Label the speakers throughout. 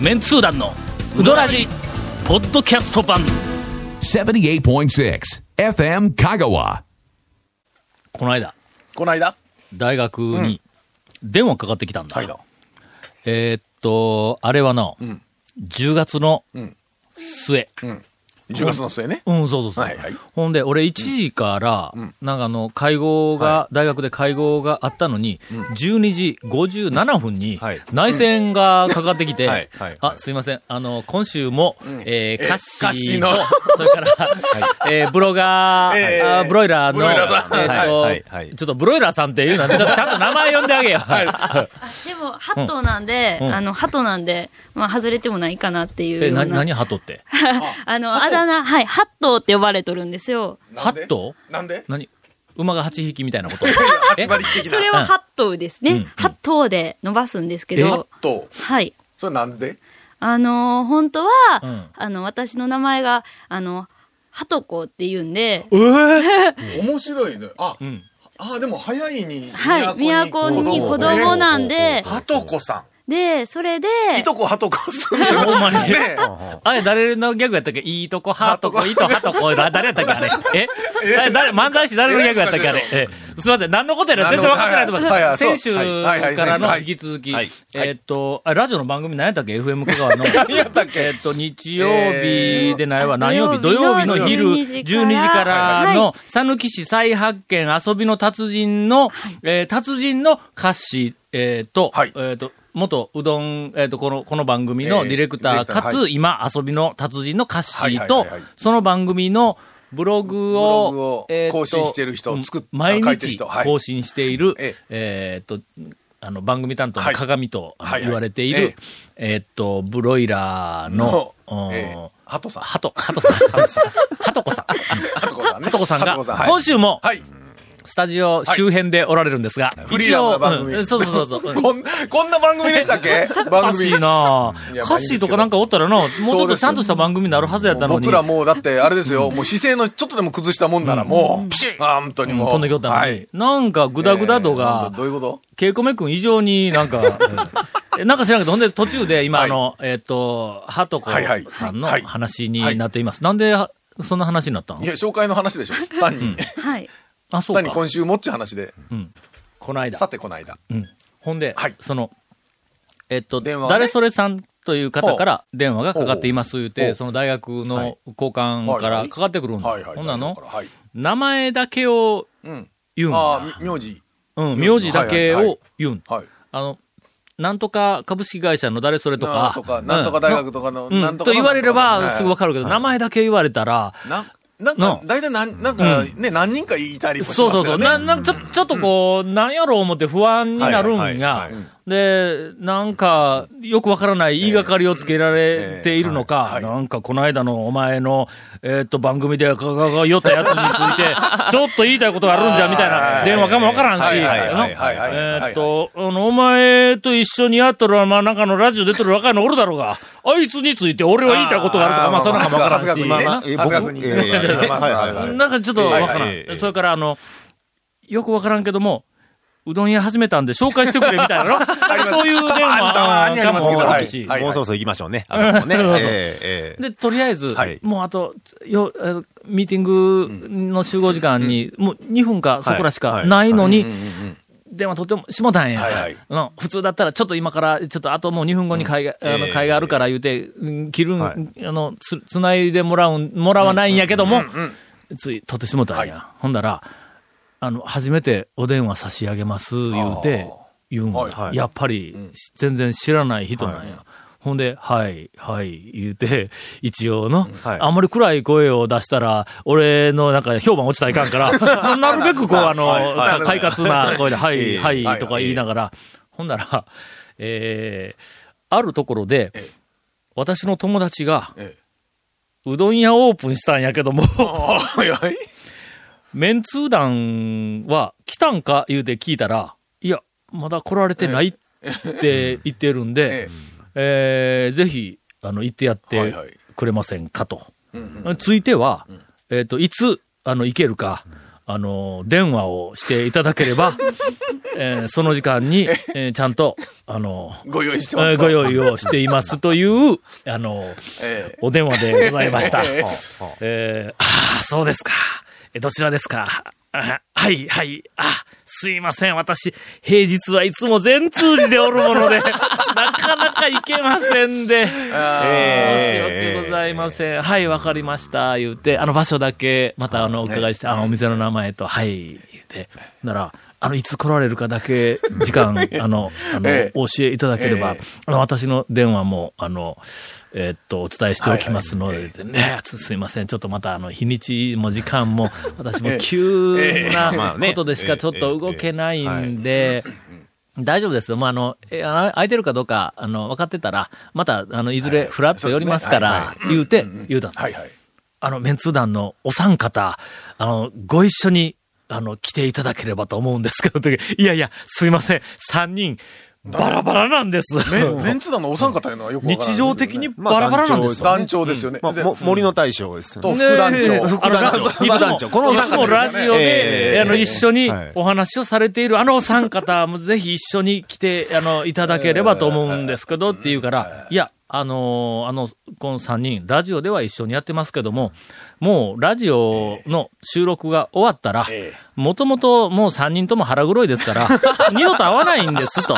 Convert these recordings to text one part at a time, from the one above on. Speaker 1: メンツー団のウドラジポッドキャスト版
Speaker 2: 78.6 FM Kagawa.
Speaker 1: この間
Speaker 3: この間
Speaker 1: 大学に電話かかってきたんだ、
Speaker 3: はいだ。
Speaker 1: えーっとあれはな、10月の末、
Speaker 3: 10月の末ね。
Speaker 1: うん、そうそうそう。
Speaker 3: はいはい
Speaker 1: ほんで、俺1時から、なんかあの、会合が、大学で会合があったのに、12時57分に
Speaker 4: はい、
Speaker 1: 内戦がかかってきて、
Speaker 4: はいはいはい
Speaker 1: あ、すいません、あの、今週も、えー、カッシ
Speaker 3: カッシ
Speaker 1: ー
Speaker 3: ー
Speaker 1: と
Speaker 3: の、
Speaker 1: それから、えー、ブロガー、
Speaker 3: えー
Speaker 1: あブロイラーの、
Speaker 3: ブロイラーさん
Speaker 1: えーと
Speaker 4: はいはいはい
Speaker 1: ちょっとブロイラーさんっていうのは、ちょっとちゃんと名前呼んであげよ。
Speaker 5: でも、ハトなんで、
Speaker 1: うん
Speaker 5: あの、ハトなんで、まあ、外れてもないかなっていう
Speaker 1: え、
Speaker 5: ような。
Speaker 1: な、何ハトって。
Speaker 5: あの、あだ名、はい、ハットって呼ばれとるんですよ。
Speaker 3: なんで
Speaker 1: ハット
Speaker 3: なんで
Speaker 1: 何馬が8匹みたいなこと。
Speaker 3: 八馬力的な。
Speaker 5: それはハットです
Speaker 1: うん
Speaker 5: ね。ハットで伸ばすんですけ
Speaker 1: え
Speaker 3: ハッ
Speaker 5: ど、
Speaker 3: ト。
Speaker 5: はい。
Speaker 3: それなんで
Speaker 5: あのー本当は、
Speaker 1: うん
Speaker 5: あの、私の名前が、あの、ハトコって言うんで、
Speaker 3: 面白いね。あ
Speaker 1: ん、
Speaker 3: あ、でも早いに。
Speaker 5: はい、都に子供なんで、
Speaker 3: はとこさ
Speaker 5: で、それで、
Speaker 3: ん。いとこはとこさん。
Speaker 1: ほんまに
Speaker 3: ね
Speaker 1: あれ、誰のギャグやったっけいいとこ、ハートこ、いいとこ、ハートこ、 だ誰やったっけあれ。えあれ誰、漫才師誰のギャグやったっけあれ。えすいません、何のことやら全然分かってないと思い
Speaker 3: はいは
Speaker 1: ま
Speaker 3: い
Speaker 1: す。先週
Speaker 3: はいはいはい
Speaker 1: からの引き続き、
Speaker 4: はい
Speaker 1: えっと、あラジオの番組何やったっけ ?FM 香川の。
Speaker 3: 何やったっ
Speaker 1: え
Speaker 3: け
Speaker 1: っと、日曜日でないわ、
Speaker 5: えー
Speaker 1: 何曜日土
Speaker 5: 土
Speaker 1: 曜日
Speaker 5: 曜日
Speaker 1: の
Speaker 5: の
Speaker 1: 昼12
Speaker 5: 12
Speaker 1: 時から
Speaker 5: は
Speaker 1: の、さぬき市再発見遊びの達人の、えー達人の歌詞、えーと、
Speaker 3: はい
Speaker 1: えーと、元うどん、えーと、この、この番組の
Speaker 3: えー
Speaker 1: ディレクター、
Speaker 3: ディレクター
Speaker 1: か
Speaker 3: は
Speaker 1: つ、今遊びの達人の歌詞
Speaker 3: はいはい
Speaker 1: と
Speaker 3: はいはい、
Speaker 1: その番組のブログ
Speaker 3: ブログ
Speaker 1: を
Speaker 3: を、
Speaker 1: えーと
Speaker 3: 更新してる人作っ
Speaker 1: うん毎
Speaker 3: 書いてる
Speaker 1: 日
Speaker 3: 人はい
Speaker 1: 更新している
Speaker 3: ええ、
Speaker 1: えーと、あの、番組担当の
Speaker 3: はい
Speaker 1: 鏡とあの
Speaker 3: はいはい
Speaker 1: 言われてい
Speaker 3: え
Speaker 1: る
Speaker 3: え、
Speaker 1: えーと、ブロイラーの、うん
Speaker 3: えーはとさん。
Speaker 1: ハト、ハト さん。ハトコさん。
Speaker 3: はとこさんね。
Speaker 1: ハトコさん
Speaker 3: は
Speaker 1: が
Speaker 3: とこ、はい
Speaker 1: 今週も、
Speaker 3: はい。
Speaker 1: スタジオ周辺でおられるんですが、
Speaker 3: フリーダムな番組
Speaker 1: 一応うんそうそうそうそう。うん
Speaker 3: こん、こんな番組でしたっけ
Speaker 1: おか
Speaker 3: 番
Speaker 1: しい
Speaker 3: 組。
Speaker 1: なぁ
Speaker 3: いや
Speaker 1: カッシーとかなんかおったらな、もうちょっ
Speaker 3: そうで
Speaker 1: と
Speaker 3: す
Speaker 1: ちゃんとした番組になるはずやったのに。
Speaker 3: 僕らもうだって、あれですよ、もう姿勢のちょっとでも崩したもんならもう、ピシッあー本当に
Speaker 1: うん
Speaker 3: もう。
Speaker 1: 飛んできよったのに、
Speaker 3: はい。
Speaker 1: なんかグダグダ度
Speaker 3: え
Speaker 1: が
Speaker 3: ーど、ういうこと
Speaker 1: ケイコメ君以上になん か、えなんか知らんけど、ほんで途中で今、
Speaker 3: はい
Speaker 1: あの、えっ、と、ハトコ
Speaker 3: はいはい
Speaker 1: さんの
Speaker 3: はい
Speaker 1: 話になっています。なんでは、そんな話になったの
Speaker 3: いや、紹介の話 でしょ。単に。
Speaker 5: はい。
Speaker 1: あ、そう
Speaker 3: 単
Speaker 1: か
Speaker 3: に。今週もっちゅう話で。
Speaker 1: この間
Speaker 3: さ。て、この間。
Speaker 1: うん。ほんで、
Speaker 3: はい
Speaker 1: その、えっと、
Speaker 3: 電話をね
Speaker 1: 誰それさんという方から電話がかかっています言う
Speaker 3: ほ
Speaker 1: て、
Speaker 3: う
Speaker 1: その大学の
Speaker 3: はい
Speaker 1: 交換か
Speaker 3: はいは
Speaker 1: ら
Speaker 3: い
Speaker 1: かかってくるんだ。
Speaker 3: はいはい。
Speaker 1: ほんなの
Speaker 3: だからはい。
Speaker 1: 名前だけを
Speaker 3: うん。
Speaker 1: 言うん
Speaker 3: あ
Speaker 1: だ。
Speaker 3: あ、み名字。
Speaker 1: うん、名字だけ
Speaker 3: はいはいは
Speaker 1: を
Speaker 3: い
Speaker 1: 言うんだ。
Speaker 3: はい。
Speaker 1: あの、なんとか株式会社の誰それと
Speaker 3: な
Speaker 1: か
Speaker 3: んと、か、なんとか大学とかの、
Speaker 1: うん
Speaker 3: なんと
Speaker 1: と
Speaker 3: かの
Speaker 1: 言われればすぐわ
Speaker 3: わ
Speaker 1: かるけど、名前だけ言われたら、
Speaker 3: な、なん
Speaker 1: な
Speaker 3: か、大体なん、なんかね、何人かいたりもします
Speaker 1: そうそうそ
Speaker 3: よ
Speaker 1: う。
Speaker 3: ね。
Speaker 1: な、な、ちょ、ちょっとこう、なんやろう思って不安にな
Speaker 4: は
Speaker 1: る
Speaker 4: い
Speaker 1: ん
Speaker 4: はいは
Speaker 1: が
Speaker 4: いはい、
Speaker 1: で、なんか、よくわからない言いがかりをつけられているのか、
Speaker 3: ええはい
Speaker 1: なんかこの間のお前の、えーっと、番組でかががよったやつについ て、ちょっと言いたいことがあるんじゃ、みたいな電話かもわからんし、
Speaker 3: はいはい
Speaker 1: あの
Speaker 3: はいはいはい
Speaker 1: えーっと、あの、お前と一緒にやっとる、まあ、なんかのラジオ出とる若いのおるだろうが、あいつについて俺は言いたいことがあるとか、まあ、そんなんかもわからんし、
Speaker 3: まあまあまあ
Speaker 4: え
Speaker 3: あそこ
Speaker 4: 僕
Speaker 3: に
Speaker 4: いやいやいや
Speaker 3: まあ
Speaker 4: はいはい
Speaker 3: まあ
Speaker 4: はい
Speaker 1: なんかちょっとわからん。
Speaker 4: ええええええ
Speaker 1: それから、あの、よくわからんけども、うどん屋始めたんで紹介してくれみたいなのそういう電話
Speaker 3: たまにありますけど
Speaker 1: かも
Speaker 3: は
Speaker 1: あ
Speaker 3: い
Speaker 1: るし
Speaker 3: はい
Speaker 4: もうそろそろ行きましょうね。あ そこもね。え
Speaker 1: そうそう
Speaker 4: えええ
Speaker 1: で、とりあえず、
Speaker 4: はい
Speaker 1: もうあと、よ、えーミーティングの集合時間に、もう2分かそこらしか
Speaker 4: はい
Speaker 1: ないのに、電話とってもしもたんや、
Speaker 3: はいはい
Speaker 1: うん普通だったら、ちょっと今から、ちょっとあともう2分後に会が、
Speaker 4: うん
Speaker 1: あの
Speaker 4: ええ
Speaker 1: 会があるから言うて、うん切るん、
Speaker 4: はい
Speaker 1: あの、つ、つないでもらうん、もらわないんやけども、つい、取ってしもたんや。ほんだら、あの、初めてお電話差し上げます、言うて
Speaker 3: あー、
Speaker 1: 言うんだ、
Speaker 3: はい
Speaker 4: はい
Speaker 1: やっぱり、し全然知らない人なんや。ほんで、はい、はい、言うて、一応の、
Speaker 4: はい
Speaker 1: あんまり暗い声を出したら、俺のなんか評判落ちたらいかんから、なるべくこう、あの、
Speaker 4: はいはい
Speaker 1: か快活な声で、は
Speaker 4: え
Speaker 1: い、
Speaker 4: え
Speaker 1: はい、
Speaker 3: はい
Speaker 1: とか言いながら、ほんなら、えー、あるところで
Speaker 3: ええ、
Speaker 1: 私の友達が、
Speaker 3: ええ
Speaker 1: うどん屋オープンしたんやけども、
Speaker 3: あはいはい。
Speaker 1: メンツー団は来たんか言うて聞いたら、いや、まだ来られてないって言ってるんで
Speaker 3: ええ、
Speaker 1: えーぜひ、あの、行ってやっ
Speaker 3: は
Speaker 1: て
Speaker 3: いはい
Speaker 1: くれませんかと。ついては、えっ、 と、いつ、あの、行けるか、あの、電話をしていただければ、えーその時間に、えーちゃんと、あ の、
Speaker 3: ご用意してま
Speaker 1: えー
Speaker 3: すと。
Speaker 1: ご用意をしていますという、あの、
Speaker 3: ええ
Speaker 1: お電話でございました。
Speaker 3: ええ
Speaker 1: えーああ、そうですか。えどちらですか。 あはい、はい。あ、すいません。私、平日はいつも全通じでおるもので、な かなか行けません で。申し訳ございません。はい、わかりました。言うて、あの場所だけ、またあの、お伺いして、あの、お店の名前と、はい、言うて。なら、あの、いつ来られるかだけ、時 間、あの、あの、
Speaker 3: ええ
Speaker 1: お教えいただければ、あの、私の電話も、あの、えっと、お伝えしておきますので、ね、すすいません。ちょっとまた、あの、日にちも時間 も、私も急
Speaker 4: ま
Speaker 1: な
Speaker 4: あね
Speaker 1: ことでしかちょっと動けないんで、大丈夫ですよ。まあ、あの、えあ空いてるかどうか、あの、分かってたら、また、あの、いずれフラッと寄りますから、言うて、言うたの
Speaker 3: はいはい。
Speaker 1: あの、メンツー団のお三方、あの、ご一緒に、あの、来ていただければと思うんですけど、といういやいや、すいません。三人、バラバラなんです。
Speaker 3: メンメンツ団のお三方いうのはよくわからな
Speaker 1: 日
Speaker 3: いですよね
Speaker 1: 常的にバラバラなんですよ。
Speaker 3: 団長ですよね。
Speaker 4: まあ、
Speaker 3: で
Speaker 4: も森の大将です
Speaker 3: と
Speaker 4: ね。
Speaker 3: 副団長。
Speaker 4: 副団長
Speaker 1: あの
Speaker 4: 副団長
Speaker 1: いつも
Speaker 4: このお
Speaker 1: い
Speaker 4: 三方です
Speaker 1: つ
Speaker 4: ね
Speaker 1: もラジオ
Speaker 4: え
Speaker 1: で、
Speaker 4: え
Speaker 1: あの、一緒に
Speaker 4: はい
Speaker 1: お話をされているあのお三方もぜひ一緒に来て、あの、いただければと思うんですけど、って言うから、いや、あのー、あの、この三人、ラジオでは一緒にやってますけども、もう、ラジオの収録が終わったら
Speaker 3: ええ、
Speaker 1: もともともう三人とも腹黒いですから、 二度と会わないんです、と。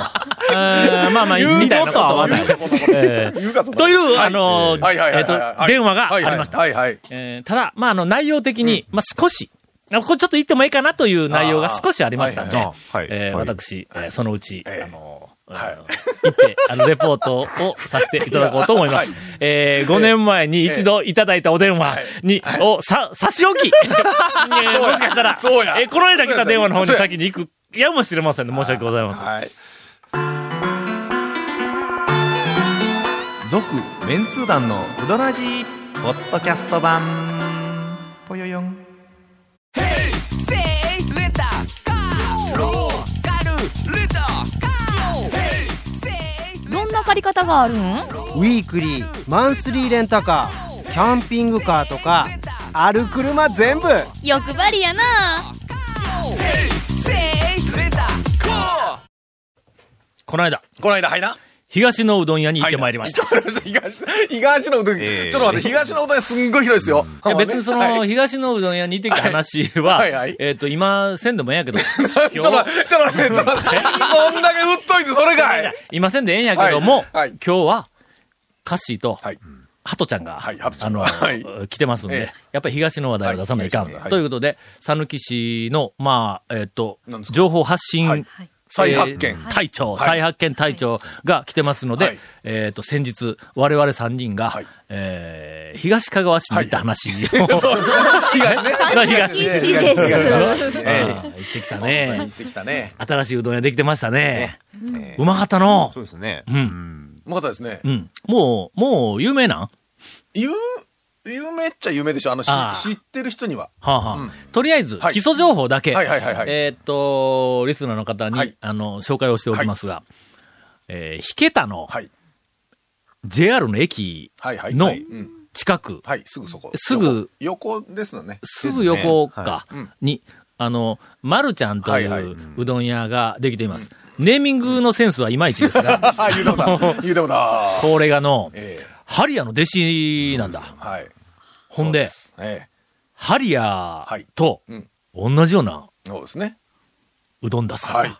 Speaker 1: えーまあまあ、みたいなことはない。 えー
Speaker 3: 言うかそんなこと
Speaker 1: という、あのー、
Speaker 3: はいはいは
Speaker 1: え
Speaker 3: い
Speaker 1: っ
Speaker 3: はい
Speaker 1: と、電話がありました。
Speaker 3: はいはい。
Speaker 1: えーただ、まあ、あの、内容的に、まあ、少し、あこれちょっと言ってもいいかなという内容が少しありましたんで、
Speaker 4: あーはいはい
Speaker 1: えー
Speaker 4: はい
Speaker 1: 私、えーそのうち、
Speaker 3: ええ
Speaker 1: あの、
Speaker 3: はい
Speaker 1: 行って、あの、レポートをさせていただこうと思います。
Speaker 3: はい
Speaker 1: え5年前に一度いただいたお電話に、をさ、差し置き、えーもしかしたら、
Speaker 3: そうや
Speaker 1: えーこの間来た電話の方に
Speaker 3: そうや
Speaker 1: 先に行く、やもしれませんね。申し訳ございません。
Speaker 4: はい。
Speaker 6: 続メンツー団のウドラジポッドキャスト版ぽよよん
Speaker 7: どんな借り方があるん
Speaker 8: ウィークリーマンスリーレンタカーキャンピングカーとかある車全部
Speaker 7: 欲張りやな
Speaker 1: この間、
Speaker 3: この間、はいな。
Speaker 1: 東のうどん屋に行ってまいりました。
Speaker 3: 行ってまいりました。東、東のうどん、ちょっと待って、東のうどん屋すんごい広いですよ。
Speaker 1: いや別にその、東のうどん屋に行ってきた話は
Speaker 3: はいはい、
Speaker 1: えっと、今、せんでもええんやけど、
Speaker 3: ちょっと待って、ちょっと待って、ちょっと待って。そんだけ売っといて、それかい。
Speaker 1: 今せんでええんやけども、
Speaker 3: はいはい
Speaker 1: 今日は、カッシーと、
Speaker 3: はい。
Speaker 1: ハトちゃんが、
Speaker 3: はいハトち
Speaker 1: あ
Speaker 3: ゃん
Speaker 1: の、
Speaker 3: がはい
Speaker 1: 来てますんで、
Speaker 3: ええ
Speaker 1: やっぱり東の話題を出さないかん。
Speaker 3: はい東のはい
Speaker 1: ということで、讃岐市の、まあ、えっ、と
Speaker 3: 何で、すか
Speaker 1: 情報発信、
Speaker 3: はい
Speaker 5: はい
Speaker 3: 再発見
Speaker 1: えー隊長、
Speaker 3: はい
Speaker 1: 再発見隊長が来てますので、
Speaker 3: はい
Speaker 1: えっ、と、先日、我々3人が、
Speaker 3: はい
Speaker 1: えー東香川市に行った話を、
Speaker 3: 東ね。
Speaker 1: まあ東
Speaker 5: いいしです。
Speaker 3: 東ね。
Speaker 1: えー
Speaker 3: え
Speaker 1: 行ってきた
Speaker 3: え行っ
Speaker 1: ね。
Speaker 3: てきたね。
Speaker 1: 新しいうどん屋できてましたね。
Speaker 4: え
Speaker 1: うまかったの
Speaker 4: そうですね。
Speaker 1: ん
Speaker 4: ん。
Speaker 3: うまかったですね
Speaker 1: う。ん。もう、もう有名なん
Speaker 3: 有、有名っちゃ有名でしょ。あの、し
Speaker 1: ああ
Speaker 3: 知ってる人には。
Speaker 1: はあはあ
Speaker 3: うん
Speaker 1: とりあえず、
Speaker 3: はい
Speaker 1: 基礎情報だけ、
Speaker 3: はいはいはいはい
Speaker 1: えーっと、リスナーの方に、
Speaker 3: はい
Speaker 1: あの、紹介をしておきますが、えー、ひけたの、
Speaker 3: はい。
Speaker 1: JR の駅
Speaker 3: はいはい。
Speaker 1: の
Speaker 3: はいうん
Speaker 1: 近く、
Speaker 3: はい、すぐそこ。
Speaker 1: すぐ
Speaker 3: 横。横ですのね。
Speaker 1: すぐ横か
Speaker 3: すねはい
Speaker 1: に、あの、まるちゃんとい
Speaker 3: はいはいう
Speaker 1: うどん屋ができています。ネーミングのセンスはいまいちですが、
Speaker 3: あ、言うても だ。言うてもだ。
Speaker 1: これがの、
Speaker 3: ええ
Speaker 1: ハリアの弟子なんだ。
Speaker 3: はい。
Speaker 1: ほんで
Speaker 3: そうすえ
Speaker 1: ハリア
Speaker 3: はい
Speaker 1: と
Speaker 3: えうん。
Speaker 1: 同じような
Speaker 3: そうですね。
Speaker 1: うどんだす。
Speaker 3: はい。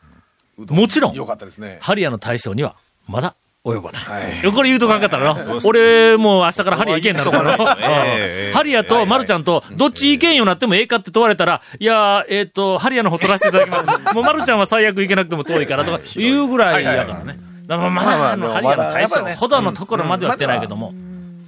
Speaker 3: うど
Speaker 1: もちろん
Speaker 3: よかったですね。
Speaker 1: ハリアの対象には、まだ及ばない。
Speaker 3: はい。
Speaker 1: これ言うとかんかったらな。俺、もう明日からハリア行けんなるからな。 うん
Speaker 4: ええ
Speaker 1: ハリアとマルちゃんと、どっち行けんようになってもええかって問われたら、いやー、えっと、ハリアの方取らせていただき ます。もうマルちゃんは最悪行けなくても遠いからとか、言うぐらいやからね。だからまだ、あの、
Speaker 3: ま
Speaker 1: ハ
Speaker 3: あ
Speaker 1: リア
Speaker 3: ま
Speaker 1: の
Speaker 3: あ
Speaker 1: 対
Speaker 3: まあまあ
Speaker 1: 象ほどのところまではやってないけども、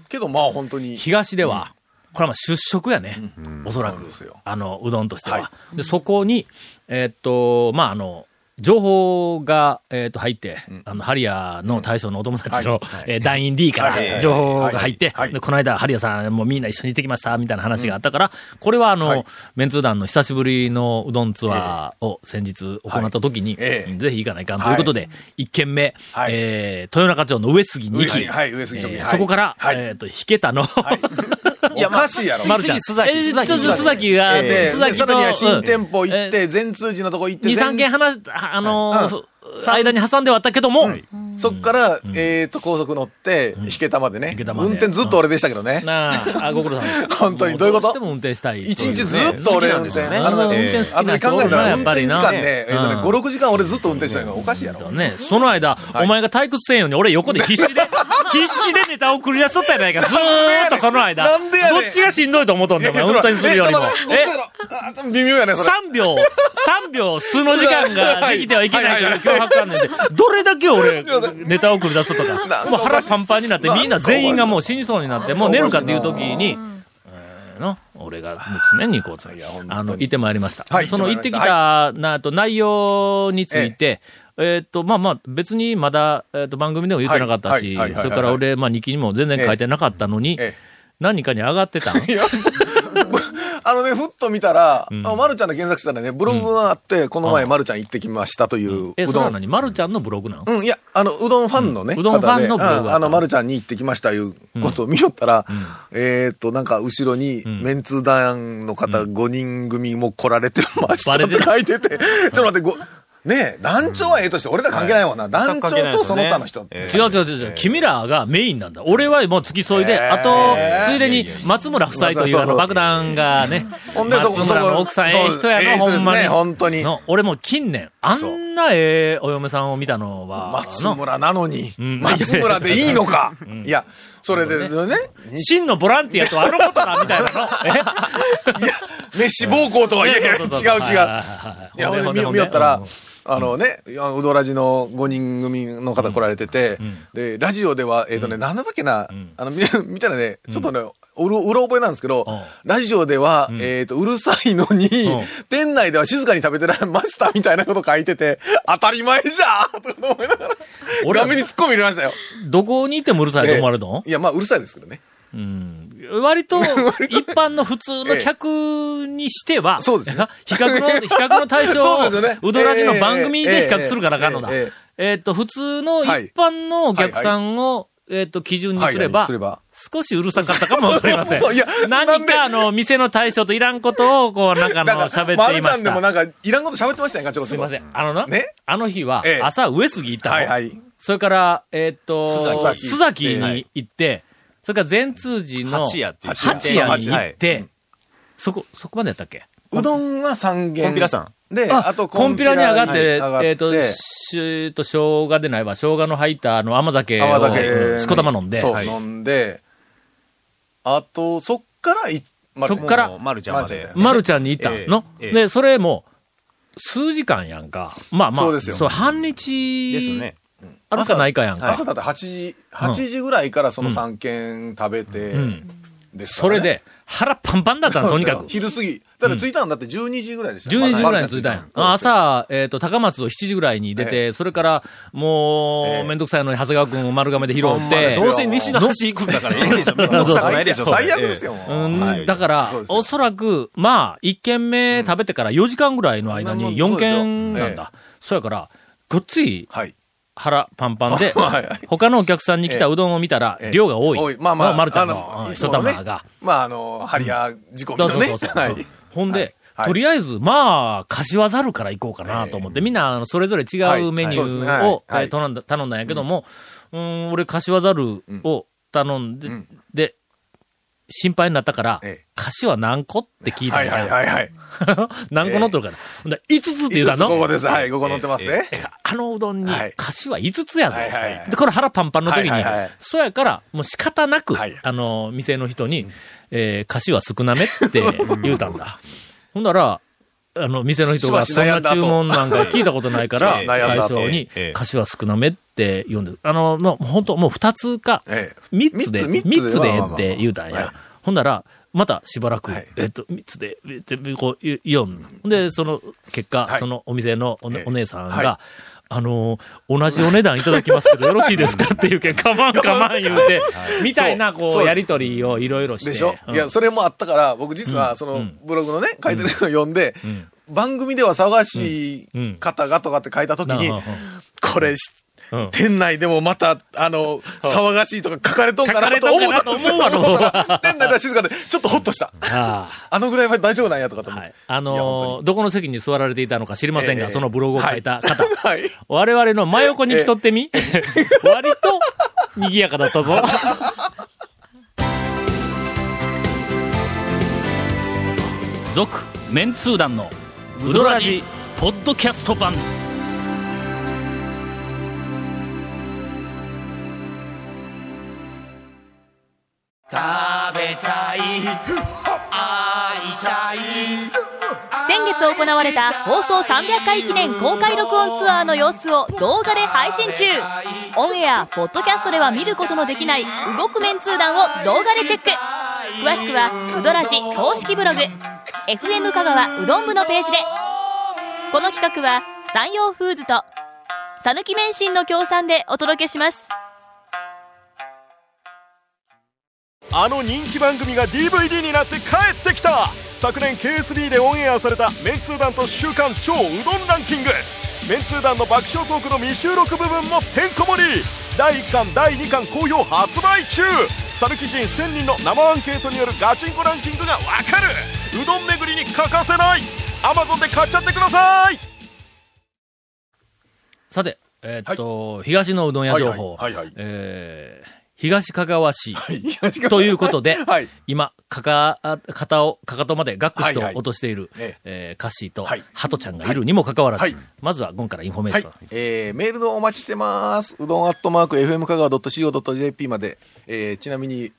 Speaker 3: けど、まあ本当に。
Speaker 1: 東では、これはまあ出食やね。おそら
Speaker 3: そう
Speaker 1: く
Speaker 3: ですよ。
Speaker 1: あの、うどんとして
Speaker 3: は
Speaker 1: は。で、そこに、えっと、まあ、あの、情報が、えっと、入って、あの、ハリアの大将のお友達の、えー団員 D か
Speaker 3: はいは
Speaker 1: ら
Speaker 3: い
Speaker 1: 情報が入って
Speaker 3: はいは、い
Speaker 1: でこの間、ハリアさんもみんな一緒に行ってきました、みたいな話があったから、これはあ
Speaker 3: は
Speaker 1: の
Speaker 3: い、
Speaker 1: メンツー団の久しぶりのうどんツアーを先日行った時に、
Speaker 3: ええ
Speaker 1: ぜひ行かないかんということで、一軒目、
Speaker 3: はい
Speaker 1: えー豊中町の上杉に行
Speaker 3: 上
Speaker 1: き、
Speaker 3: 杉はい上杉
Speaker 1: えー
Speaker 3: 上杉はい
Speaker 1: そこから、
Speaker 3: はい
Speaker 1: えっと、引けたの、
Speaker 4: いや
Speaker 3: おかしいや ろ。
Speaker 1: まるちゃん。
Speaker 4: 次須崎
Speaker 1: え
Speaker 4: 須崎
Speaker 1: ちょっと須崎が、
Speaker 4: ええ
Speaker 3: で、
Speaker 1: 須
Speaker 3: で
Speaker 1: 崎
Speaker 3: さ
Speaker 1: と
Speaker 3: らには新店舗行っ
Speaker 1: え
Speaker 3: て、善通寺のとこ行って、
Speaker 1: 二
Speaker 3: 善
Speaker 1: 三件話し、ああのー
Speaker 3: うん
Speaker 1: ふ間に挟んではあったけども、
Speaker 3: そっから、えっと、高速乗って、引けたまでね。
Speaker 1: 引田まで
Speaker 3: 運転ずっと俺でしたけどね。
Speaker 1: なあ、あご苦労さんです。
Speaker 3: 本当にどういうこと
Speaker 1: しても運転したい。
Speaker 3: 一日ずっと俺運転。
Speaker 1: ね、あ
Speaker 3: あ
Speaker 1: の、運
Speaker 3: のね、
Speaker 1: 転好
Speaker 3: あ
Speaker 1: きな
Speaker 3: とで
Speaker 1: 人多い
Speaker 3: 考えた
Speaker 1: な、
Speaker 3: ら
Speaker 1: やっ
Speaker 3: 運
Speaker 1: ぱ
Speaker 3: 転
Speaker 1: り
Speaker 3: 時
Speaker 1: な。
Speaker 3: 間ね、えっとね、
Speaker 1: うん
Speaker 3: 5、6時間俺ずっと運転してたのがおかしいやろ。
Speaker 1: ね、その間、お前が退屈せんように、俺横で必 死で、必死でネタを繰り出しとったやないか、ずーっとその間。
Speaker 3: なんでやねん
Speaker 1: どっちがしんどいと思うとん
Speaker 3: い
Speaker 1: だ、
Speaker 3: や
Speaker 1: お
Speaker 3: いや
Speaker 1: 前、
Speaker 3: ちょっ
Speaker 1: 運
Speaker 3: と
Speaker 1: 転する
Speaker 3: 待って
Speaker 1: よ
Speaker 3: え
Speaker 1: りも
Speaker 3: ちょっ。と待ってどっちやろあちょっと微妙やね、それ。
Speaker 1: 3秒、3秒、数の時間ができてはいけない から脅迫観念で、どれだけ俺、ネタを繰り出すとか、もう腹パンパンになって、みんな全員がもう死にそうになって、もう寝るかっていう時に、えーの俺がもう常にこう、あの、行ってまいりました。
Speaker 3: はい
Speaker 1: その行
Speaker 3: 行
Speaker 1: っ
Speaker 3: ってて
Speaker 1: き
Speaker 3: まいりました
Speaker 1: たなと内容について、えーっと、まあまあ、別にまだ、えーっと、番組でも言ってなかったし、
Speaker 3: はいはいはいはいは
Speaker 1: そ
Speaker 3: い
Speaker 1: れから俺、まあ、日記にも全然書いてなかったのに
Speaker 3: えええ、
Speaker 1: 何かに上がって たん
Speaker 3: あのね、ふっと見たら、あのまるちゃんの検索したらね、ブログがあって、この前まるちゃん行ってきましたという
Speaker 1: え、
Speaker 3: う
Speaker 1: それ
Speaker 3: ど
Speaker 1: は
Speaker 3: ん。
Speaker 1: 何まるちゃんのブログなの
Speaker 3: うん、いや、あの、うどんファンのね、
Speaker 1: うんうどんファンの
Speaker 3: 方で
Speaker 1: ブロガー
Speaker 3: うんあの、まるちゃんに行ってきましたいうことを見よったら、えーっと、なんか、後ろに、メンツ団の方5人組も来られてました
Speaker 1: バレ
Speaker 3: ってて
Speaker 1: た
Speaker 3: 書いてて、ちょっと待って、ご、ねえ、団長はええとして、俺ら関係ないもんな。団長とその他の人って。
Speaker 1: 違う違う違う違う、君らがメインなんだ。俺はもう付き添いで、
Speaker 3: えー
Speaker 1: あと、ついでに松村夫妻というあの
Speaker 3: そうそう
Speaker 1: 爆弾がね、
Speaker 3: ほんでそこ
Speaker 1: 松村
Speaker 3: そ
Speaker 1: の
Speaker 3: こ
Speaker 1: 奥さん、え
Speaker 3: そう
Speaker 1: え人や
Speaker 3: ええ
Speaker 1: な、
Speaker 3: 人
Speaker 1: ほ
Speaker 3: で
Speaker 1: ん
Speaker 3: す
Speaker 1: まに。
Speaker 3: ね本当に
Speaker 1: の俺も近年、あんなええお嫁さんを見たのは、
Speaker 3: 松
Speaker 1: の
Speaker 3: 村なのに、
Speaker 1: ん
Speaker 3: 松村でいいのか。いや、それでね、
Speaker 1: 真のボランティアとはあのことだ、みたいなの。
Speaker 3: いや、飯暴行とは言えへん。違う違う。いや、
Speaker 1: ほんで
Speaker 3: 俺
Speaker 1: ほんで
Speaker 3: 見
Speaker 1: ほんで
Speaker 3: 見よったら
Speaker 1: うん、
Speaker 3: あのね、あのうどらじの5人組の方来られてて、で、ラジオでは、えっ、とね、なんだっけな、あの、み 見たらね、ちょっとね、うろうろ覚えなんですけど
Speaker 1: うん、
Speaker 3: ラジオでは、えっ、と、うるさいのに、店内では静かに食べてられましたみたいなこと書いてて、当たり前じゃんとか思いながら、
Speaker 1: 俺は
Speaker 3: 画面に突っ込み入れましたよ。
Speaker 1: どこにいてもうるさいと思われるの
Speaker 3: ええいや、まあ、うるさいですけどね。
Speaker 1: 割 と、一般の普通の客にしては、
Speaker 3: えそうですね
Speaker 1: 比較の、 比較の対象を、
Speaker 3: そうですよね
Speaker 1: うどらじの番組で比較するからあかんのだ
Speaker 3: ええええええ。
Speaker 1: えっと、普通の一般のお客さんを、えっと、基準にすれ
Speaker 3: はいはい
Speaker 1: ば
Speaker 3: すれば、
Speaker 1: 少しうるさかったかもわかりませ
Speaker 3: そういや
Speaker 1: ん。
Speaker 3: な
Speaker 1: 何
Speaker 3: んで
Speaker 1: か、あの、店の対象といらんことを、こう、なんか、あの、
Speaker 3: なんか、
Speaker 1: 喋っ
Speaker 3: ま
Speaker 1: てい
Speaker 3: る
Speaker 1: ま
Speaker 3: ちゃ
Speaker 1: し
Speaker 3: んでも
Speaker 1: た。
Speaker 3: なんか、いらんこと喋ってましたやんか、ちょっと
Speaker 1: すいません。あのな
Speaker 3: ね、
Speaker 1: あの日は
Speaker 3: ええ、
Speaker 1: 朝、上杉行ったの。
Speaker 3: はいはい。
Speaker 1: それから、えーっと、
Speaker 3: 須崎
Speaker 1: 須崎に行って、それから善通寺の
Speaker 4: 八谷っていう
Speaker 1: 八谷に行っ
Speaker 4: 八
Speaker 1: て、そこ、そこまでやったっけ
Speaker 3: うどんは3軒。
Speaker 4: コンピラさ
Speaker 3: ん。で、あと
Speaker 1: コンピラに上がって、えーっと、
Speaker 3: で
Speaker 1: しゅーっと、生姜でないわ、生姜の入ったあの甘酒
Speaker 3: 泡酒
Speaker 1: を、しこたま飲んで、
Speaker 3: そう、
Speaker 1: はい
Speaker 3: 飲んで、あと、そっからい、まあ
Speaker 1: そっから
Speaker 4: もうマルちゃんま
Speaker 3: マルちゃ
Speaker 4: で
Speaker 3: ん。
Speaker 1: まるちゃんに行ったの。
Speaker 4: ええええ
Speaker 1: で、それも、数時間やんか。まあまあ、
Speaker 3: そうですよ
Speaker 1: 半
Speaker 4: です
Speaker 1: 日
Speaker 4: ね、。
Speaker 1: あるかないかやんか。
Speaker 3: 朝だって8時、8時ぐらいからその3軒食べて、ですか
Speaker 1: そ
Speaker 3: らね
Speaker 1: れ、で、腹パンパンだったの、とにかく。
Speaker 3: 昼過ぎ。だって着いたんだって12時ぐらいでした。
Speaker 1: 12時ぐらいに着いたんや。あ
Speaker 3: そう
Speaker 1: 朝、えっ、と、高松を7時ぐらいに出て、
Speaker 3: え
Speaker 1: それから、もう、
Speaker 3: ええ
Speaker 1: めんどくさいのに長谷川くんを丸亀で拾
Speaker 3: ほ
Speaker 1: っ
Speaker 3: んまで
Speaker 1: て
Speaker 3: す
Speaker 4: ど
Speaker 3: よ、
Speaker 4: うせ西の端行くんだからいい でしょ。めんどくさくないでしょ。
Speaker 3: 最悪ですよ、。
Speaker 1: う
Speaker 3: もう。
Speaker 1: ん
Speaker 3: はい
Speaker 1: だから
Speaker 3: そうで、すよ
Speaker 1: おそらく、まあ、1軒目食べてから4時間ぐらいの間
Speaker 3: まあ
Speaker 1: に
Speaker 3: まあ
Speaker 1: 4軒
Speaker 3: そう
Speaker 1: な
Speaker 3: で
Speaker 1: ん
Speaker 3: しょ
Speaker 1: だ。そうやから、ごっつい
Speaker 3: はい。
Speaker 1: 腹パンパンで
Speaker 3: はいはい、
Speaker 1: 他のお客さんに来たうどんを見たら
Speaker 3: え、え
Speaker 1: 量が多い。
Speaker 3: まあまあ、
Speaker 1: まるちゃん
Speaker 3: あ
Speaker 1: のうん
Speaker 3: いつ
Speaker 1: 一
Speaker 3: ものね
Speaker 1: 玉が。
Speaker 3: まあ、あの、ハリア事故
Speaker 1: そ
Speaker 3: の
Speaker 1: うそう
Speaker 3: ね。
Speaker 1: そうそう。
Speaker 3: はい。
Speaker 1: ほんで、
Speaker 3: はい
Speaker 1: とりあえず、まあ、柏猿から行こうかなと思って、みんなあのそれぞれ違うメニュ
Speaker 3: はいそうですね
Speaker 1: ーを、
Speaker 3: はい
Speaker 1: えー頼んだ頼んだんやけども、うーん、俺、柏猿を頼んで、
Speaker 3: うん
Speaker 1: で、心配になったから
Speaker 3: ええ、
Speaker 1: 柏何個って聞いた
Speaker 3: は
Speaker 1: ん
Speaker 3: いはい
Speaker 1: や。
Speaker 3: はいはい。
Speaker 1: 何個乗っとるかな。ほんで、5つって言うた
Speaker 3: 五つこ
Speaker 1: の
Speaker 3: こです。はい、ここ乗ってますね。
Speaker 1: あのうどんに
Speaker 3: はい、
Speaker 1: 柏5つやぞ
Speaker 3: はいはいは。い
Speaker 1: で、これ腹パンパンの時に
Speaker 3: はいはいはい、
Speaker 1: そうやから、もう仕方なく
Speaker 3: はい、
Speaker 1: あの、店の人に、えー、柏少なめって言うたんだ。ほんだら、あの、店の人が、
Speaker 3: し
Speaker 1: そ
Speaker 3: ば
Speaker 1: ん
Speaker 3: し
Speaker 1: な
Speaker 3: 悩んだ
Speaker 1: 注
Speaker 3: 後
Speaker 1: 文なんか聞いたことないから、
Speaker 3: しばし悩ん
Speaker 1: 対
Speaker 3: だ後
Speaker 1: 象に
Speaker 4: ええ、
Speaker 1: 柏少なめって呼んでる。あの、もう本当もう2つか、
Speaker 3: ええ
Speaker 1: 3つで、
Speaker 3: 三つ
Speaker 1: 3つでえ
Speaker 3: まあまあ
Speaker 1: え
Speaker 3: ま
Speaker 1: っ
Speaker 3: あ
Speaker 1: て言うたん
Speaker 3: はい
Speaker 1: や。ほんなら、またしばらく、
Speaker 3: はい
Speaker 1: えっと、3つで、えっとこう、い言うん。ほんで、その結果、
Speaker 3: はい
Speaker 1: そのお店のお,、
Speaker 3: ええ
Speaker 1: お姉さんが、
Speaker 3: はい
Speaker 1: あのー同じお値段いただきますけど、よろしいです かっていうけん、かまんかまん言うて、みたいな、
Speaker 3: そ
Speaker 1: こ
Speaker 3: うそう
Speaker 1: う、
Speaker 3: です
Speaker 1: やりとりをいろいろして。
Speaker 3: でしょ、
Speaker 1: うん
Speaker 3: いや、それもあったから、僕実はそのブログのね、書いてるのを読んで、番組では騒がしい方がとかって書いたときに、
Speaker 1: うんうん
Speaker 3: これし、
Speaker 1: うん
Speaker 3: 店内でもまた、あの、騒がしいとか書かれとんかなと思ったんです
Speaker 1: 書
Speaker 3: よ。
Speaker 1: かれとんかなと思うわ
Speaker 3: 思ったら店内では静かで、ちょっとほっとした。
Speaker 1: あ
Speaker 3: あのぐらいは大丈夫なんやとかと
Speaker 1: あ
Speaker 3: 思
Speaker 1: は
Speaker 3: っ
Speaker 1: い。。
Speaker 3: て
Speaker 1: あ
Speaker 3: いや本
Speaker 1: のーどこの席に座られていたのか知りませんが、
Speaker 3: ええ
Speaker 1: そのブログを書いた方。
Speaker 3: 当 にはい。
Speaker 1: 我々の真横に来とってみ、 割と賑やかだったぞ。続、メンツー団のウドラジポッドキャスト版。
Speaker 7: 先月行われた放送300回記念公開録音ツアーの様子を動画で配信中オンエアポッドキャストでは見ることのできない動く面通談を動画でチェック詳しくはうどらじ公式ブログ FM 香川うどん部のページでこの企画は山陽フーズと讃岐免震の協賛でお届けします
Speaker 9: あの人気番組が DVD になって帰ってきた昨年 KSB でオンエアされた「メンツー団と週刊超うどんランキング」メンツー団の爆笑トークの未収録部分もてんこ盛り第1巻第2巻好評発売中サルキ人1000人の生アンケートによるガチンコランキングがわかるうどん巡りに欠かせない Amazon で買っちゃってください
Speaker 1: さて、えーっと、東のうどん屋情報。
Speaker 3: はいはいはいはい
Speaker 1: えー東かがわ市。
Speaker 3: 東側
Speaker 1: ということで、
Speaker 3: はい
Speaker 1: 今、かか、あ肩を、かかとまでガックスと
Speaker 3: はいはい
Speaker 1: 落としている、
Speaker 3: ええ
Speaker 1: えーカッシーと、
Speaker 3: はい
Speaker 1: ハトちゃんがいるにもかかわらず、
Speaker 3: はい
Speaker 1: まずはゴンからインフォメー
Speaker 3: はい
Speaker 1: ション。。
Speaker 3: えー、メールのお待ちしてます。うどんアットマーク、FM 香川 .co.jp まで。えー、ちなみに、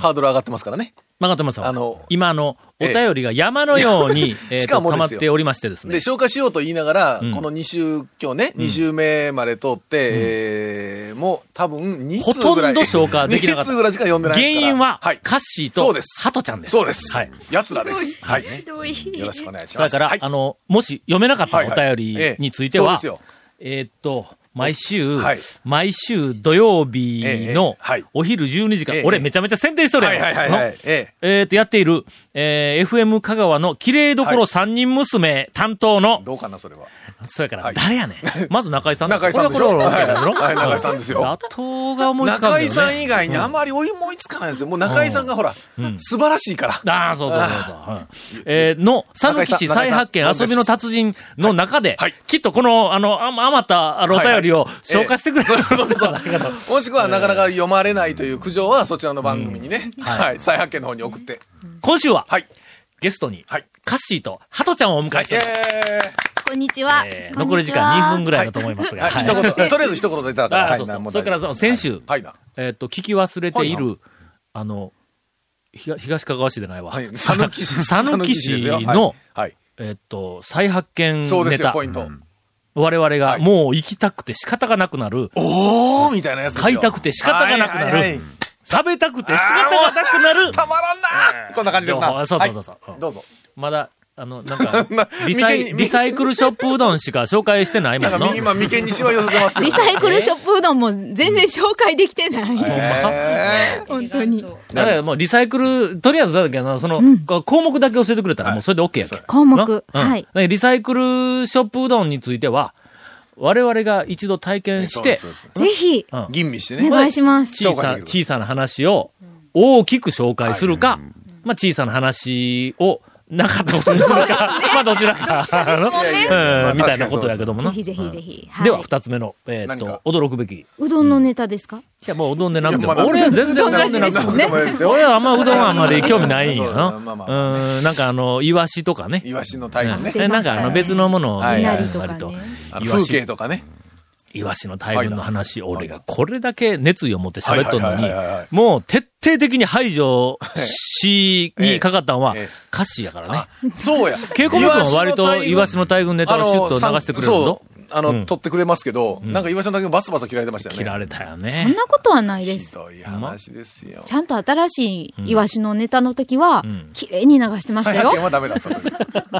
Speaker 3: ハードル上がってますからね。
Speaker 1: 曲がってますわ
Speaker 3: あの
Speaker 1: 今、あの、お
Speaker 3: ええ
Speaker 1: 便りが山のように、えーと
Speaker 3: しかも
Speaker 1: 溜
Speaker 3: です
Speaker 1: ま
Speaker 3: よ
Speaker 1: っておりましてです
Speaker 3: で、
Speaker 1: ね。
Speaker 3: 消化しようと言いながら、
Speaker 1: ん
Speaker 3: この2週、今日ね、2週目まで通って、えー、もう多分2
Speaker 1: ほ
Speaker 3: 通
Speaker 1: とん
Speaker 3: ぐらい。
Speaker 1: ど消化できなかっ
Speaker 3: 2通ぐらいしか読んで
Speaker 1: た。
Speaker 3: な
Speaker 1: 原
Speaker 3: いですから。
Speaker 1: 因は、
Speaker 3: はい。
Speaker 1: カッシー
Speaker 3: そ
Speaker 1: と
Speaker 3: うです
Speaker 1: ハトちゃんです。
Speaker 3: そうです。
Speaker 1: はい。
Speaker 3: 奴らです。はい。
Speaker 5: ひどい。
Speaker 3: よろしくお願いし
Speaker 1: そ
Speaker 3: ま
Speaker 1: れ
Speaker 3: す。
Speaker 1: から、
Speaker 3: はい
Speaker 1: あの、もし読めなかった
Speaker 3: はいはい
Speaker 1: お便りについては、
Speaker 3: ええそうです
Speaker 1: えーっと、毎週、
Speaker 3: はい
Speaker 1: 毎週土曜日の
Speaker 3: ええはい
Speaker 1: お昼12時から、
Speaker 3: ええ
Speaker 1: 俺めちゃめちゃ宣伝しとるやん。
Speaker 3: はいはいはいはい
Speaker 1: の
Speaker 3: ええ
Speaker 1: えーっと、やっている、えー FM 香川の綺麗どころ三人娘担当の、
Speaker 3: どうかな、それは。
Speaker 1: それから
Speaker 3: はい
Speaker 1: 誰 やねん。まず中井さん。
Speaker 3: 中井さんでしょ
Speaker 1: これはこれはこれは
Speaker 3: はいはい
Speaker 1: これは
Speaker 3: 中井さんですよ
Speaker 1: 打倒が思いつかんだ
Speaker 3: 中
Speaker 1: よね。
Speaker 3: 井さん以外にあまり思いつかないんですよ。もう中井さんがほら、素晴らしいから。
Speaker 1: ああ、そうそうそうそう。うんえーの、讃岐市再発見
Speaker 3: 中井さん
Speaker 1: 遊びの達人の中で、
Speaker 3: はい
Speaker 1: きっとこの、あの、あ余ったあのお便りを消化してくれる、そうそうそう。
Speaker 3: もしくはなかなか読まれないという苦情はそちらの番組にね、はい、再発見の方に送って。
Speaker 1: 今週は、
Speaker 3: はい。
Speaker 1: ゲストに、
Speaker 3: はい
Speaker 1: カッシーとハトちゃんをお迎えし
Speaker 3: イ
Speaker 1: て
Speaker 3: エ
Speaker 1: おります、
Speaker 3: ーイ
Speaker 5: こんにちは。
Speaker 1: えー残り時間2分ぐ
Speaker 3: は
Speaker 1: らいだと思いますが。
Speaker 3: は
Speaker 1: はい
Speaker 3: 一言、とりあえず一言でいただから。
Speaker 1: ああ
Speaker 3: はい
Speaker 1: そうそう
Speaker 3: なんも
Speaker 1: それからその先週
Speaker 3: はい、な。
Speaker 1: えっと、聞き忘れている、あの、ひが東かがわ市でないわ。
Speaker 3: はい。 さぬ き市。
Speaker 1: 讃岐
Speaker 3: 讃ですよ
Speaker 1: 市の、
Speaker 3: はい。はい
Speaker 1: えっと、再発見
Speaker 3: そうで
Speaker 1: ネ
Speaker 3: すよ、
Speaker 1: タ
Speaker 3: ポ。イント。
Speaker 1: 我々が
Speaker 3: はい
Speaker 1: もう行きたくて仕方がなくなる、
Speaker 3: おーみたいなやつですよ。
Speaker 1: 買いたくて仕方がなくな
Speaker 3: はいはいは
Speaker 1: る
Speaker 3: い。
Speaker 1: 食べたくて仕方がなくなる。
Speaker 3: たまらんなーこんな感じです
Speaker 1: あ
Speaker 3: な。
Speaker 1: そうそうそうそう
Speaker 3: はい
Speaker 1: うん
Speaker 3: どうぞ。
Speaker 1: まだ、あの、なん か
Speaker 3: な、
Speaker 1: リサ
Speaker 3: 眉
Speaker 1: イ、
Speaker 3: 間に
Speaker 1: リサイクルショップうどんしか紹介してないも
Speaker 3: なんんか
Speaker 1: の。
Speaker 3: 右、今、眉間にしわ寄せてますけど。
Speaker 10: リサイクルショップうどんも全然紹介できてない。
Speaker 3: えー
Speaker 10: 本当に。
Speaker 1: だからもうリサイクル、とりあえずだけどな、その、こう項目だけ教えてくれたらもうそれで OK やけ、
Speaker 10: 項目
Speaker 1: なうん
Speaker 10: はい
Speaker 1: だからリサイクルショップうどんについては、我々が一度体験して、
Speaker 3: そうです
Speaker 10: ぜひ、
Speaker 1: うん
Speaker 3: 吟味して
Speaker 10: お
Speaker 3: ね。
Speaker 10: 願いします。
Speaker 1: 小
Speaker 3: 紹介
Speaker 1: さ
Speaker 3: でき
Speaker 1: 小
Speaker 3: る
Speaker 1: さな話を大きく紹介するか、まあ小さな話をなかったことにするか、 まあどちらか、あの
Speaker 3: ま
Speaker 1: う
Speaker 3: あ
Speaker 1: んみたいなことやけども
Speaker 10: ぜ
Speaker 1: な。
Speaker 10: ひぜひぜひ。
Speaker 1: では、
Speaker 10: い
Speaker 1: 二つ目の、えーっ
Speaker 3: 何
Speaker 1: と
Speaker 3: か、
Speaker 1: 驚くべき。い
Speaker 10: うどんのネタですか
Speaker 1: や、もううどんでなくて
Speaker 3: い
Speaker 1: も、
Speaker 3: やまあ
Speaker 1: 俺は全然
Speaker 10: うどんラジ
Speaker 1: な
Speaker 10: で
Speaker 1: くて
Speaker 10: す
Speaker 1: も
Speaker 10: もん
Speaker 3: でもいいですよ
Speaker 1: 俺はあんまうどんはあんまり興味ないんやな。
Speaker 3: そううんまあまあ、
Speaker 1: なんかあの、イワシとかね。
Speaker 3: イワシのタイプね。
Speaker 1: えなんかあの別のものを、
Speaker 3: はい
Speaker 10: はい
Speaker 1: 割と
Speaker 10: いなり
Speaker 3: あの
Speaker 1: イワ
Speaker 3: 風景
Speaker 1: シ、
Speaker 3: とかね。
Speaker 1: イワシの大群の話、俺がこれだけ熱意を持って喋っとるのに
Speaker 3: はいはいはいはいはい、
Speaker 1: もう徹底的に排除しにかかったんは
Speaker 3: ええ、
Speaker 1: 歌詞やからね。
Speaker 3: そうや。
Speaker 1: 稽古部分は割とイワシの大群ネタをシュッと
Speaker 3: さん
Speaker 1: 流してくれるの
Speaker 3: そう。あの、
Speaker 1: うん
Speaker 3: 撮ってくれますけど、なんかイワシのだけバサバサ切られてましたよね。
Speaker 1: 切られたよ
Speaker 10: そん
Speaker 1: ね。
Speaker 10: なことはないで
Speaker 3: ひ
Speaker 10: す。
Speaker 3: どい話ですよ
Speaker 10: ち。ゃんと新しいイワシのネタの時は、綺麗に流してました
Speaker 3: 再
Speaker 10: よ
Speaker 3: 発見。はダメだった という。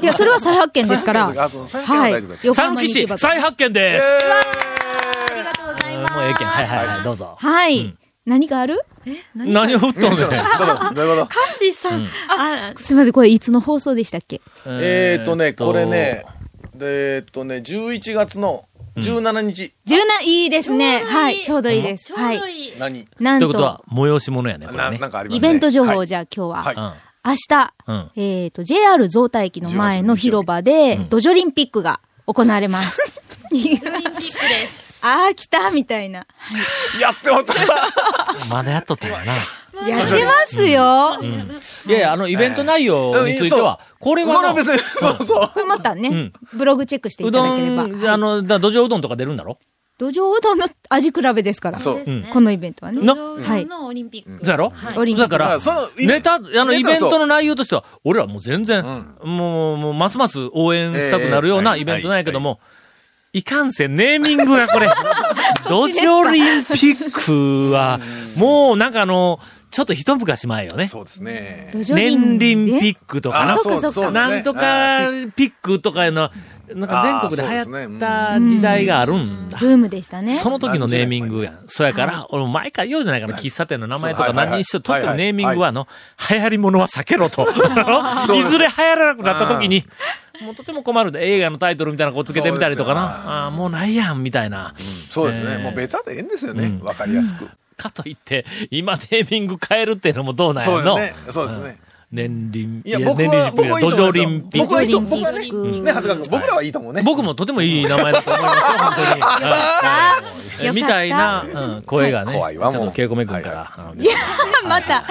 Speaker 10: いや、それは再発見ですから。
Speaker 3: 再発見の時あそう再発見は大丈夫だ
Speaker 10: い。横
Speaker 1: 讃
Speaker 10: 浜
Speaker 1: 岐
Speaker 10: に行
Speaker 1: 市
Speaker 10: けば
Speaker 1: 再発見で
Speaker 3: え
Speaker 1: す。
Speaker 5: ありがとうござい
Speaker 1: も
Speaker 5: ます。
Speaker 1: うええけん。はいはいはい、どうぞ。
Speaker 10: はい。何かある
Speaker 1: 何を振っ
Speaker 3: ー
Speaker 1: とん
Speaker 3: ちょっと、ちょ
Speaker 1: ねん。
Speaker 3: っと、どういうこと
Speaker 10: 歌詞さん、あすみません、これいつの放送でしたっけ
Speaker 3: えーとね、これね、でえーっとね、11月の17日、
Speaker 10: 十七いいですね。
Speaker 5: ちょうどいい
Speaker 10: はい、ちょうどいいです。
Speaker 5: ちょうど
Speaker 10: はいい。
Speaker 5: い。
Speaker 3: 何
Speaker 10: なん
Speaker 1: とい
Speaker 10: と
Speaker 1: うことは、催し物やね、これ
Speaker 3: な
Speaker 1: ね。
Speaker 3: なんかあります
Speaker 10: イ
Speaker 3: ね
Speaker 10: ベント情
Speaker 3: は
Speaker 10: 報
Speaker 3: い
Speaker 10: じゃあ今日は、
Speaker 3: はい
Speaker 10: 明日、
Speaker 1: うん
Speaker 10: えっ、と、JR 増体駅の前の広場で、ドジョリンピックが行われ ます。あー、来たみたいな。
Speaker 3: やってもった
Speaker 1: うん。まだやっとったんやな。
Speaker 10: やってますよ。
Speaker 1: いやいや、あの、イベント内容については、これは
Speaker 3: これは
Speaker 1: な、
Speaker 3: 別に、そうそう。
Speaker 10: これまたね、ブログチェックして
Speaker 1: う
Speaker 10: いただ
Speaker 1: ど
Speaker 10: ければ。
Speaker 1: ん、あの、だ土壌うどんとか出るんだろ
Speaker 10: 土壌うどんの味比べですから。
Speaker 3: そう。
Speaker 5: ですね
Speaker 10: このイベントはね。
Speaker 1: な
Speaker 10: はい。
Speaker 5: のオリンピック。
Speaker 1: そうやろ
Speaker 5: はい
Speaker 10: オリンピッ
Speaker 1: だ
Speaker 10: ク。
Speaker 1: から、
Speaker 3: だからその
Speaker 1: ネタ、あの、
Speaker 3: ネ
Speaker 1: イ
Speaker 3: タ
Speaker 1: ベントの内容としては、俺らもう全然、もう、もう、ますます応援したくなるような
Speaker 4: ええ
Speaker 1: イベントなんやけども、いかんせん、ネーミングがこれ、ドジオリンピックは、もうなんかあの、ちょっと一昔前よね。
Speaker 3: そうですね。
Speaker 10: 土
Speaker 1: 年
Speaker 10: 壌
Speaker 1: 輪ピ
Speaker 10: ク。
Speaker 1: ックとかな
Speaker 3: あ。そう
Speaker 10: そっかそ
Speaker 3: そうです
Speaker 10: っか
Speaker 3: ね
Speaker 1: なんと
Speaker 3: はい
Speaker 1: かピックとかいうのは、なんか全国で流行った時代があるんだ
Speaker 10: ブ。ームでしたね。
Speaker 1: その時のネーミングやん。そやから、俺も前から言うじゃないかな、喫茶店の名前とか何にしろ、
Speaker 3: そう
Speaker 1: 特
Speaker 3: はいはい
Speaker 1: に
Speaker 3: はい
Speaker 1: ネーミングは、あの、流行り物は避けろ と。
Speaker 3: そう
Speaker 1: い
Speaker 3: です
Speaker 1: ずれ流行らなくなった時に、もうとても困るで、映画のタイトルみたいなのこうつけてみたりとか
Speaker 3: そうですよ
Speaker 1: な、あーもうないやん、みたいな。
Speaker 3: そうです
Speaker 1: えー
Speaker 3: ね。もうベタでええんですよね。わかりやすく。
Speaker 1: かといって、今ネーミング変えるっていうのもどうなん
Speaker 3: そ
Speaker 1: や
Speaker 3: うで
Speaker 1: の
Speaker 3: す。ね。そうですね。
Speaker 1: 年輪、
Speaker 3: いや、
Speaker 1: いや
Speaker 3: 僕
Speaker 1: 年輪
Speaker 3: は、
Speaker 1: じゃない
Speaker 3: 僕はいいと思
Speaker 1: 土壌
Speaker 3: う
Speaker 1: リンピッ
Speaker 3: 僕
Speaker 1: ク
Speaker 3: は。いいと
Speaker 10: ドジ
Speaker 3: 僕
Speaker 10: ョ
Speaker 3: はね、
Speaker 10: リンピック
Speaker 3: ね、長谷川君、僕らはいいと思うね。
Speaker 1: 僕もとてもいい名前だと思いますよ、本 当に。うん
Speaker 10: よかった
Speaker 1: みたいな、うん声がね、
Speaker 3: 怖いわ
Speaker 1: ちょっと
Speaker 3: もう
Speaker 1: 稽古めくんから。うん
Speaker 10: いや、 また。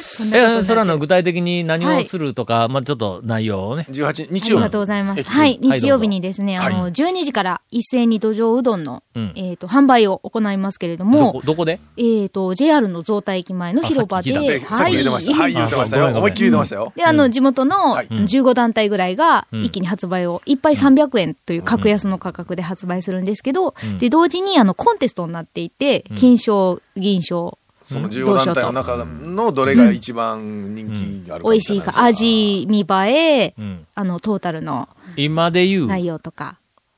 Speaker 10: そん なことにな
Speaker 1: え、
Speaker 10: って
Speaker 1: それはあの具体的に何
Speaker 10: は
Speaker 1: を
Speaker 10: い
Speaker 1: するとか、まあちょっと内容をね。
Speaker 3: 18
Speaker 10: あ
Speaker 3: 日
Speaker 10: り
Speaker 3: 曜
Speaker 10: が
Speaker 3: 日
Speaker 10: とう。ございます。はい。
Speaker 1: はい
Speaker 10: 日曜日にですね、
Speaker 3: どう
Speaker 10: あ
Speaker 3: ぞ
Speaker 10: の、12時から一斉に土壌うどんの、
Speaker 1: うん
Speaker 10: えっ、と、販売を行いますけれど
Speaker 1: ど
Speaker 10: も
Speaker 1: こ、、どこで
Speaker 10: えっ、と、JR の増田駅前の広場で、
Speaker 1: あさっき聞
Speaker 3: でさっき言ってました。はい、言ってました
Speaker 1: あそう
Speaker 3: よ。思いっきり言ってましたよ。
Speaker 10: で、あの、地元の
Speaker 3: はい
Speaker 10: 15団体ぐらいが
Speaker 1: ん
Speaker 10: 一気に発売を、いっぱい300円という格安の価格で発売するんですけど、で、同時にあの、コンテストになっていて、金賞、銀賞、
Speaker 3: その15団体の中のどれが一番人気があるか
Speaker 10: 美味しいか、味、見栄え、
Speaker 1: うん
Speaker 10: あの、トータルの
Speaker 1: 今で言う
Speaker 10: 内容とか。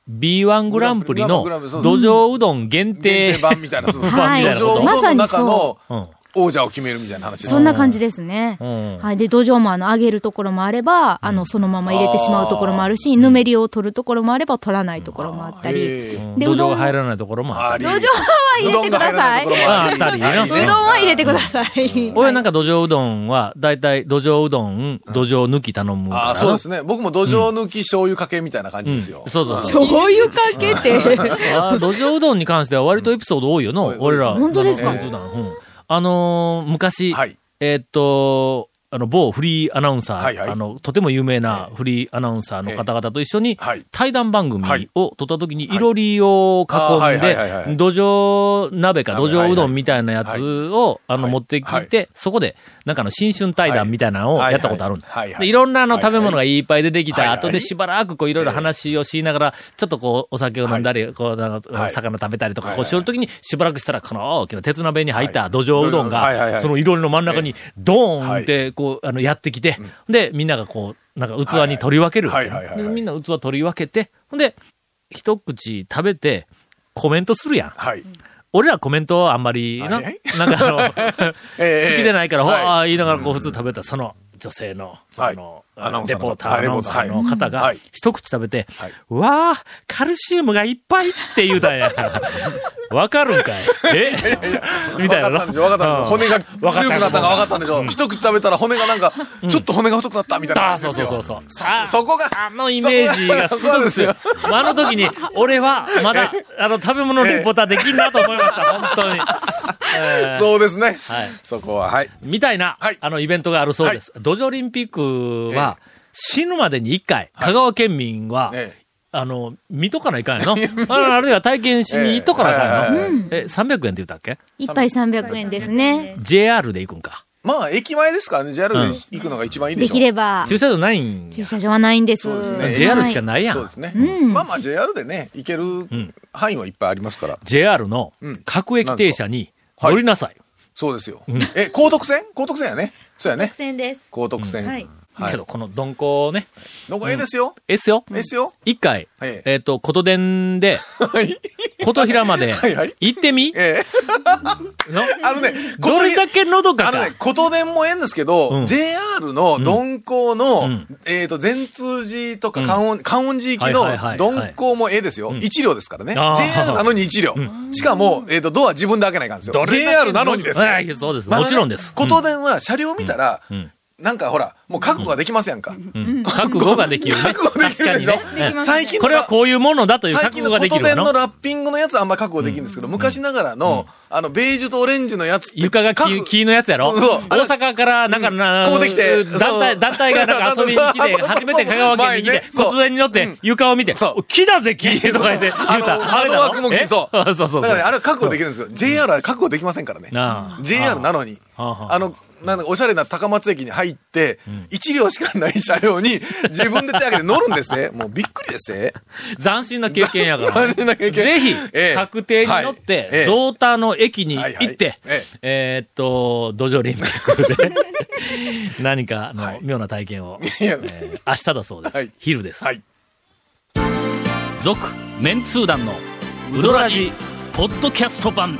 Speaker 1: B1 グランプリの
Speaker 3: グランプリ
Speaker 1: 土
Speaker 3: そう
Speaker 1: 壌うどん限
Speaker 3: 限
Speaker 1: 定
Speaker 3: 定。版みたいな。そうそう
Speaker 10: はい
Speaker 3: 土壌うどんの中の
Speaker 1: うん
Speaker 3: 王者を決めるみたいな話。
Speaker 10: そんな感じですね。
Speaker 1: うん
Speaker 10: はい。で、土壌もあの、揚げるところもあれば、あの、そのまま入れてしまうところもあるし、ぬめりを取るところもあれば、取らないところもあったり。
Speaker 3: ええ
Speaker 1: うん
Speaker 10: で
Speaker 1: 土
Speaker 10: うど
Speaker 1: 壌が
Speaker 10: ん
Speaker 1: 入らないところもあっ
Speaker 3: あ
Speaker 1: た
Speaker 3: り
Speaker 1: り。
Speaker 10: 土壌は入れてください。
Speaker 3: うどんが入らなところ
Speaker 10: う
Speaker 3: もあ
Speaker 1: あ
Speaker 3: り
Speaker 1: ったりね
Speaker 3: はい
Speaker 10: どんは入れてください。
Speaker 1: 俺なんか土壌うどんは、だいたい土壌うどん、土壌抜き頼む
Speaker 3: あ
Speaker 1: か
Speaker 3: あ、そう
Speaker 1: ら
Speaker 3: で。すね。僕も土壌抜き醤油かけみたいな感じですよ。
Speaker 1: そうそうそう。
Speaker 10: 醤油かけて。
Speaker 1: あー土壌うどんに関しては割とエピソード多いよの、
Speaker 3: うん
Speaker 1: 俺ら。
Speaker 10: 本当です
Speaker 1: あ
Speaker 10: か
Speaker 1: の土壌うどんうんあのー、昔、
Speaker 3: はい
Speaker 1: えーっと、あの、某フリーアナウンサー、
Speaker 3: はいはい
Speaker 1: あの、とても有名なフリーアナウンサーの方々と一緒に、
Speaker 3: はい
Speaker 1: 対談番組
Speaker 3: はい
Speaker 1: を撮った時に、いろりを
Speaker 3: は
Speaker 1: 囲ん
Speaker 3: いはいはいはいは
Speaker 1: で、
Speaker 3: い
Speaker 1: 土壌鍋か、
Speaker 3: 鍋
Speaker 1: 土壌うどんみたいなやつを、あの、
Speaker 3: はい
Speaker 1: 持ってき
Speaker 3: はい
Speaker 1: て、そこで、なんかあの新春対談みたいなのを
Speaker 3: はい
Speaker 1: やったことあるんだ
Speaker 3: はいはいはい。はい
Speaker 1: でいろんなあの食べ物がいっぱい出てき
Speaker 3: はい
Speaker 1: た
Speaker 3: はい
Speaker 1: 後でしばらくこういろいろ話をしながら、ちょっとこう、お酒を飲んだり、こう、なん
Speaker 3: は
Speaker 1: か、
Speaker 3: い
Speaker 1: 魚食べたりとか、
Speaker 3: はい
Speaker 1: こうしよる時に、しばらくしたら、この大きな鉄鍋に入った土壌うどん
Speaker 3: はいはいはいは
Speaker 1: が、
Speaker 3: い
Speaker 1: そのいろりの真ん中に、ドーンっ
Speaker 3: は
Speaker 1: て、こう、あの、やってきて、で、みんながこう、なんか器に取り分けるわけね。
Speaker 3: はいはいはいはい
Speaker 1: でみんな器取り分けて、ほんで、一口食べて、コメントするやん。
Speaker 3: はい。
Speaker 1: 俺らコメントあんまりな、
Speaker 3: はいはい
Speaker 1: なんかあの、好
Speaker 3: ええ
Speaker 1: きでないから、ほ
Speaker 3: はい
Speaker 1: あー言いながらこう普通食べた、その女性の、
Speaker 3: は
Speaker 1: あ
Speaker 3: い
Speaker 1: の
Speaker 3: アナウンサ
Speaker 1: レ
Speaker 3: ーの
Speaker 1: ポータ
Speaker 3: は
Speaker 1: ー、
Speaker 3: い
Speaker 1: アナウンサー
Speaker 3: レポ
Speaker 1: の
Speaker 3: ーター
Speaker 1: 方
Speaker 3: は
Speaker 1: が
Speaker 3: い、
Speaker 1: 一口食べて
Speaker 3: はい、
Speaker 1: わあ、カルシウムがいっぱいって言うたんや。 わかるんかいえ みたいな
Speaker 3: 分かったんでしょ分かったんでしょ骨が
Speaker 1: 分かった
Speaker 3: 強くなったから分かったんでしょ一口食べたら骨がなんか、ちょっと骨が太くなったみたいな
Speaker 1: あ
Speaker 3: 感
Speaker 1: あ、そ
Speaker 3: じで
Speaker 1: う
Speaker 3: す
Speaker 1: そう
Speaker 3: よ。
Speaker 1: そうそう。
Speaker 3: さそこが
Speaker 1: あのイメージがすごく強い。
Speaker 3: そうです
Speaker 1: あの時に、俺は、ま だ、あの、食べ物レポーターできんなと思いました、本当に。えー
Speaker 3: そうですね
Speaker 1: はい。
Speaker 3: そこは、はい。
Speaker 1: みたいな、
Speaker 3: はい
Speaker 1: あの、イベントがあるそうです。ドジョリンピックは、死ぬまでに一回、香川県民は、
Speaker 3: ええ
Speaker 1: あの、見とかないかんやの。 あのあるいは体験しに行っとかないかんや
Speaker 3: ええはいはい
Speaker 1: の。え、300円って言ったっけ
Speaker 10: 一杯300円ですね。
Speaker 1: ?JR で行くんか。
Speaker 3: まあ、駅前ですからね、JR で行くのが一番いいで
Speaker 10: で
Speaker 3: しょ
Speaker 10: きれば、
Speaker 1: 駐車場ないん
Speaker 10: 駐
Speaker 1: や。
Speaker 10: 車場はないんです。
Speaker 3: そうですね
Speaker 1: JR しか
Speaker 10: は
Speaker 1: ないや
Speaker 3: そうで
Speaker 1: ん。
Speaker 3: すね。
Speaker 10: ん
Speaker 3: まあまあ、JR でね、行ける範囲はいっぱいありますから。
Speaker 1: JR の
Speaker 3: うん
Speaker 1: 各駅停車に
Speaker 3: なんですかはい
Speaker 1: 乗りなさい。
Speaker 3: そうですよ。え、高徳線高徳線やね。そうやね
Speaker 5: 特。選です。
Speaker 3: 高徳線。
Speaker 5: はい。
Speaker 3: はい
Speaker 1: けど、この鈍行ね、
Speaker 3: のこええですよ。
Speaker 1: S よ。
Speaker 3: ええですよ。
Speaker 1: 一回、
Speaker 3: はい
Speaker 1: えっと、ことでんで、
Speaker 3: はい。
Speaker 1: 琴平まで
Speaker 3: はいはい、
Speaker 1: 行ってみ
Speaker 3: ええ。
Speaker 1: の
Speaker 3: あのね、
Speaker 1: どれだけのどか
Speaker 3: あの
Speaker 1: か
Speaker 3: ね。、ことでんもええんですけど、
Speaker 1: うん
Speaker 3: JR の鈍行の、
Speaker 1: うん
Speaker 3: えっ、と、全通寺とか観音、観音寺行き
Speaker 1: はいはいは
Speaker 3: の
Speaker 1: いはい
Speaker 3: 鈍行もええですよ。
Speaker 1: ん
Speaker 3: 一両ですからね。
Speaker 1: あー
Speaker 3: JR なのに一両。しかも、えっ、と、ドア自分で開けないからですよ。JR なのにですよ。
Speaker 1: はい、そうです。もちろんです。
Speaker 3: まあねことでんは車両見たら、
Speaker 1: うん
Speaker 3: なんかほら、もう覚悟ができませんか。
Speaker 1: うん覚悟ができるね。
Speaker 3: 覚悟できるでしょ
Speaker 1: 確かにね。うん
Speaker 3: 最近の
Speaker 1: これはこういうものだという
Speaker 3: 最
Speaker 1: 覚
Speaker 3: 近
Speaker 1: 悟
Speaker 3: の
Speaker 1: がで
Speaker 3: こと
Speaker 1: きる
Speaker 3: でんの
Speaker 1: の。
Speaker 3: ラッピングのやつはあんま覚悟できるんですけど、昔ながらの、あの、ベージュとオレンジのやつって
Speaker 1: 床が
Speaker 3: 覚悟
Speaker 1: 木木のやつやろ
Speaker 3: そうそうあれ
Speaker 1: 大阪から、なんかな、
Speaker 3: ここで来て
Speaker 1: 団
Speaker 3: そ
Speaker 1: 体、
Speaker 3: う
Speaker 1: 団体がなんか遊びに来
Speaker 3: そう
Speaker 1: て、
Speaker 3: そう
Speaker 1: 初めて香川県に来
Speaker 3: 前
Speaker 1: て
Speaker 3: ね、そう
Speaker 1: 突然に乗って床を見て
Speaker 3: そ、う
Speaker 1: 木だぜ木とか言って言う
Speaker 3: あの、
Speaker 1: た。あれ
Speaker 3: 窓
Speaker 1: だ
Speaker 3: 枠
Speaker 1: ろ
Speaker 3: も
Speaker 1: え
Speaker 3: 木、そう。
Speaker 1: そうそうそう。
Speaker 3: だからね、あれは覚悟できるんですよ。JR は覚悟できませんからね。
Speaker 1: なあ
Speaker 3: JR なのに。
Speaker 1: はあはあ
Speaker 3: あの、なんだおしゃれな高松駅に入って、一両しかない車両に自分で手挙げて乗るんですね。もうびっくりですね。
Speaker 1: 斬新な経験やから。
Speaker 3: 斬新な経験
Speaker 1: ぜひ
Speaker 3: え、え
Speaker 1: 確定に乗っ
Speaker 3: はいえ
Speaker 1: て
Speaker 3: え、
Speaker 1: ゾータの駅に
Speaker 3: はいはい
Speaker 1: 行って
Speaker 3: ええ、
Speaker 1: えーっと、ドジョリンピックで、 何かの妙な体験を、
Speaker 3: いや
Speaker 1: えー明日だそうで
Speaker 3: は
Speaker 1: す
Speaker 3: い。
Speaker 1: 昼です。
Speaker 3: はい。
Speaker 1: 続メンツー団のウドラジポッドキャスト版